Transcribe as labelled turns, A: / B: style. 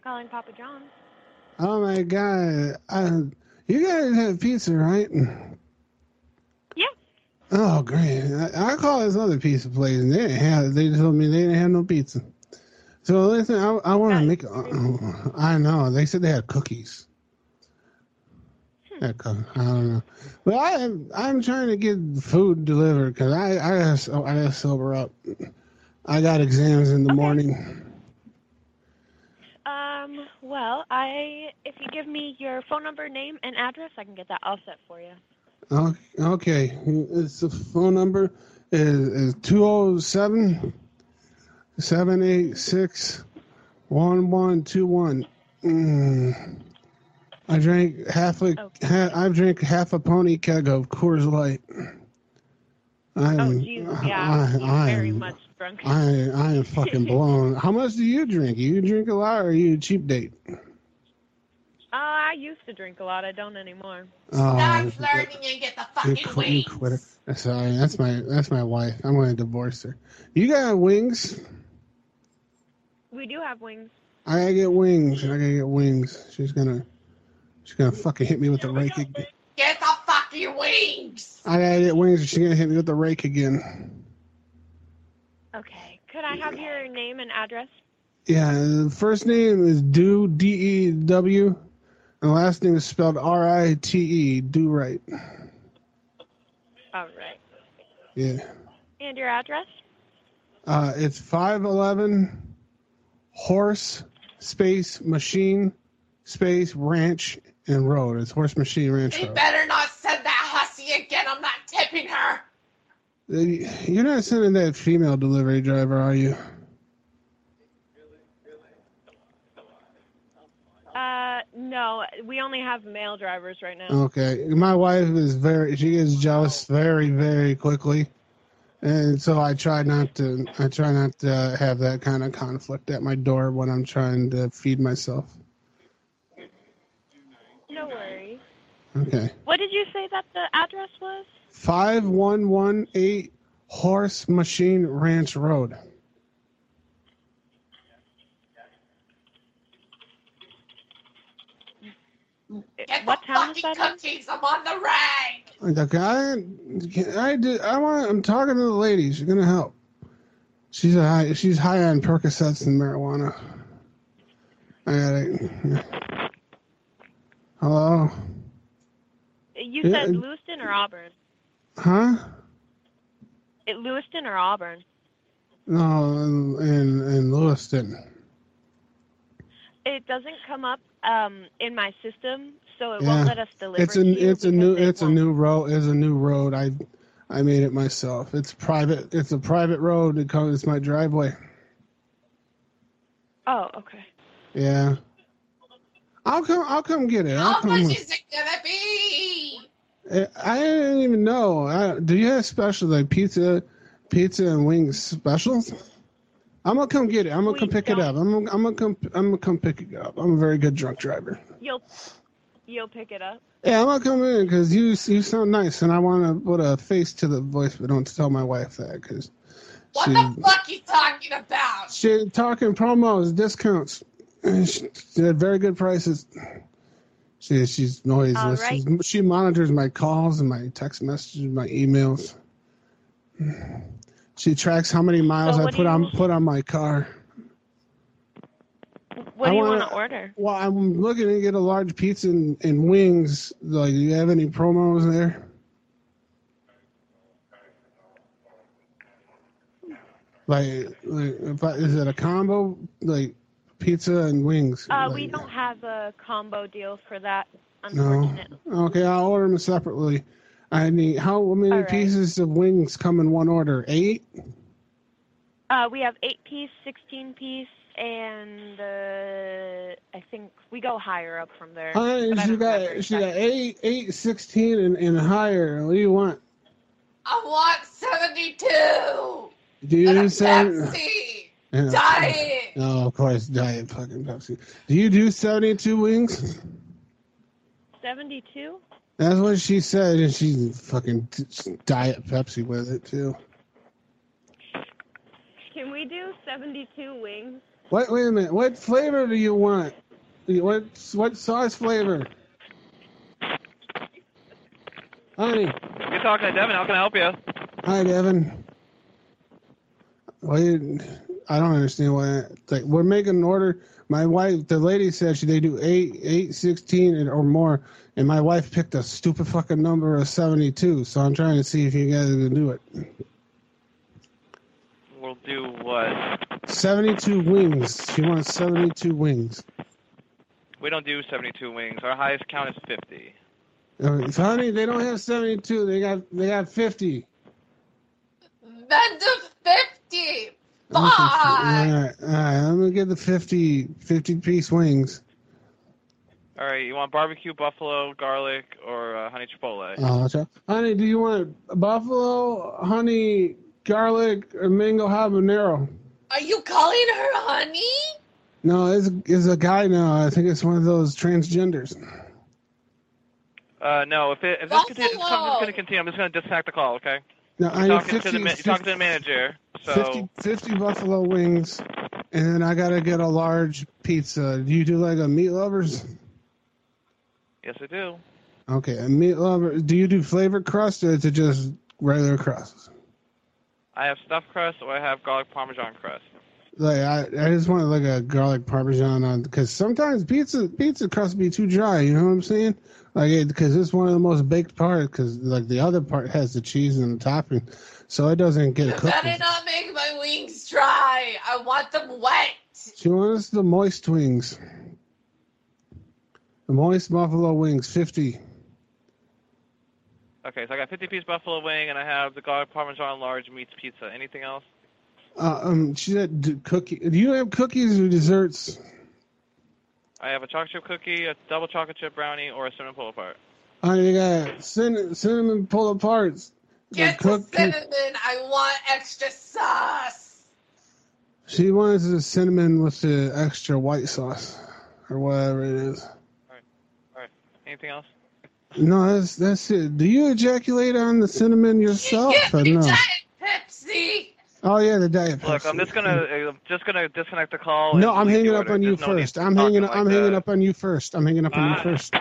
A: calling Papa John's.
B: Oh my god. Uh, you guys have pizza, right?
A: Yeah.
B: Oh great. I, I called this other pizza place and they didn't have they told me they didn't have no pizza. So listen, I, I want to
A: Nice.
B: make. Uh, I know they said they had cookies. That co- I don't know, but I I'm trying to get food delivered because I I gotta, so- I gotta sober up. I got exams in the
A: Okay.
B: morning.
A: Um, well, I if you give me your phone number, name, and address, I can get that all set for you.
B: O- Okay, it's the phone number is is two zero seven seven eight six one one two one. Mm. I drank half a
A: Okay.
B: ha, I've drank half a pony keg of Coors Light. I'm,
A: Oh, jeez, yeah,
B: Mm, I,
A: you're
B: I,
A: very
B: am-
A: much drunk. Uh,
B: I I am fucking blown. How much do you drink? You drink a lot, or are you a cheap date?
A: Uh, I used to drink a lot. I don't anymore.
B: Oh,
C: Stop flirting and get the
B: You
C: fucking
B: quit, you
C: wings.
B: quitter. That's all right. That's my that's my wife. I'm gonna divorce her. You got wings?
A: We do have wings.
B: I gotta get wings. I gotta get wings. She's gonna she's gonna fucking hit me with the rake. Again.
C: Get the fucking wings.
B: I gotta get wings. or She's gonna hit me with the rake again.
A: Okay. Could I have your name and address?
B: Yeah. The first name is Do D E W, and the last name is spelled R I T E. Do right.
A: All right.
B: Yeah.
A: And your address?
B: Uh, it's five eleven, horse space machine space ranch and road. It's horse machine ranch
C: They
B: road.
C: better not send that hussy again. I'm not tipping her.
B: You're not sending that female delivery driver, are you?
A: Uh, no, we only have male drivers right now.
B: Okay. My wife is very, she gets jealous very, very quickly. And so I try not to, I try not to have that kind of conflict at my door when I'm trying to feed myself.
A: No worries.
B: Okay.
A: What did you say that the address was?
B: 5118 Horse Machine Ranch Road.
C: Get
A: What
C: the
A: town is
C: fucking
A: that in?
C: cookies. I'm on the rag.
B: Okay. I, I did, I want, I'm talking to the lady. She's going to help. She's a high, she's high on Percocets and marijuana. I got it. Hello?
A: You
B: Yeah,
A: said
B: it-
A: Lewiston or Auburn?
B: Huh?
A: It Lewiston or Auburn?
B: No, in, in, in Lewiston.
A: It doesn't come up um, in my system, so it
B: Yeah.
A: won't let us deliver.
B: it's
A: to
B: a
A: you
B: it's a new
A: because it
B: it's a
A: won't-
B: new road it's a new road. I I made it myself. It's private. It's a private road. It comes. It's my driveway.
A: Oh, okay.
B: Yeah. I'll come. I'll come get it. I'll
C: How
B: come.
C: much is it gonna be?
B: I I didn't even know. I, do you have specials like pizza, pizza and wings specials? I'm gonna come get it. I'm gonna
A: We
B: come pick
A: don't-
B: it up. I'm gonna, I'm gonna come. I'm gonna come pick it up. I'm a very good drunk driver.
A: You'll you'll pick it up.
B: Yeah, I'm gonna come in because you you sound nice, and I want to put a face to the voice, but don't tell my wife that because
C: What
B: she
C: the fuck you talking about?
B: she talking promos, discounts, and she, she had very good prices. She she's noisy.
A: All
B: She's- she monitors my calls and my text messages, my emails. She tracks how many miles I
A: what do
B: put
A: you-
B: on put on my car.
A: What
B: I
A: do you
B: wanna-
A: want to order?
B: Well, I'm looking to get a large pizza and, and wings. Like, do you have any promos there? Like, like if I, is it a combo? Like pizza and wings?
A: Uh, we
B: Like-
A: don't have a combo deal for that,
B: No.
A: unfortunately.
B: Okay, I'll order them separately. I mean, how many
A: All right.
B: pieces of wings come in one order? Eight.
A: Uh, we have eight piece, sixteen piece, and uh, I think we go higher up from there.
B: All right,
A: but I
B: she
A: don't remember
B: got she got
A: exactly.
B: eight, eight, sixteen, and, and higher. What do you want?
C: I want 72.
B: Do
C: And a
B: you sell?
C: Pepsi.
B: Yeah.
C: Diet.
B: No, Oh, of course, diet fucking Pepsi. Do you do 72 wings?
A: Seventy-two.
B: That's what she said, and she's fucking t- diet Pepsi with it, too.
A: Can we do seventy-two wings?
B: What? Wait a minute. What flavor do you want? What? What sauce flavor? Honey.
D: You're talking to Devin. How can I help you?
B: Hi, Devin. Why did- I don't understand why. Like, we're making an order. My wife, the lady said she they do eight, eight, sixteen, and or more, and my wife picked a stupid fucking number of seventy-two. So I'm trying to see if you guys can do it.
D: We'll do what?
B: Seventy-two wings. She wants seventy-two wings.
D: We don't do 72 wings. Our highest count is 50.
B: Uh, Honey, they don't have seventy-two. They got they got fifty.
C: Then do 50.
B: All
C: Fuck.
B: right, all right. I'm gonna get the 50, 50 piece wings.
D: All right, you want barbecue, buffalo, garlic, or uh, honey chipotle?
B: Oh, okay. Honey, do you want buffalo, honey, garlic, or mango habanero?
C: Are you calling her honey?
B: No, it's, it's a guy now. I think it's one of those transgenders.
D: Uh, no, if, it, if this continues,
C: Buffalo.
D: I'm just going to continue. I'm just going to disconnect the call, okay?
B: No, I need
D: You're talking,
B: 50,
D: to the, ma- you're
B: 50,
D: talking to the manager, so
B: 50 50 buffalo wings, and then I got to get a large pizza. Do you do like a meat lovers?
D: yes, I do.
B: Okay, a meat lover. Do you do flavored crust or is it just regular crust?
D: I have stuffed crust or I have garlic parmesan crust.
B: Like I, I just want like a garlic parmesan on because sometimes pizza pizza crust be too dry. You know what I'm saying? Like because it's one of the most baked parts because like the other part has the cheese and the topping, so it doesn't
C: You
B: get cooked.
C: better not make my wings dry. I want them wet.
B: She wants the moist wings, the moist buffalo wings, fifty.
D: Okay, so I got 50 piece buffalo wing and I have the garlic parmesan large meats pizza. Anything else?
B: Uh, um, she said do cookie. Do you have cookies or desserts?
D: I have a chocolate chip cookie, a double chocolate chip brownie, or a cinnamon pull apart.
B: I got cinnamon, cinnamon pull aparts. the
C: Get the
B: cookie-
C: cinnamon. I want extra sauce.
B: She wants the cinnamon with the extra white sauce or whatever it is.
D: Anything else?
B: No, that's that's it. Do you ejaculate on the cinnamon yourself
C: Get
B: or
C: me
B: no?
C: Diet Pepsi.
B: Oh yeah, the diet.
D: Look, I'm
B: Pepsi.
D: just gonna I'm just gonna disconnect the call.
B: No,
D: and
B: I'm
D: delete
B: hanging
D: the
B: up
D: order.
B: on you
D: There's no need
B: first.
D: to
B: I'm
D: talk
B: hanging.
D: like
B: I'm hanging
D: that. Ah.
B: up on you first. I'm hanging up on you
D: Bye.
B: first.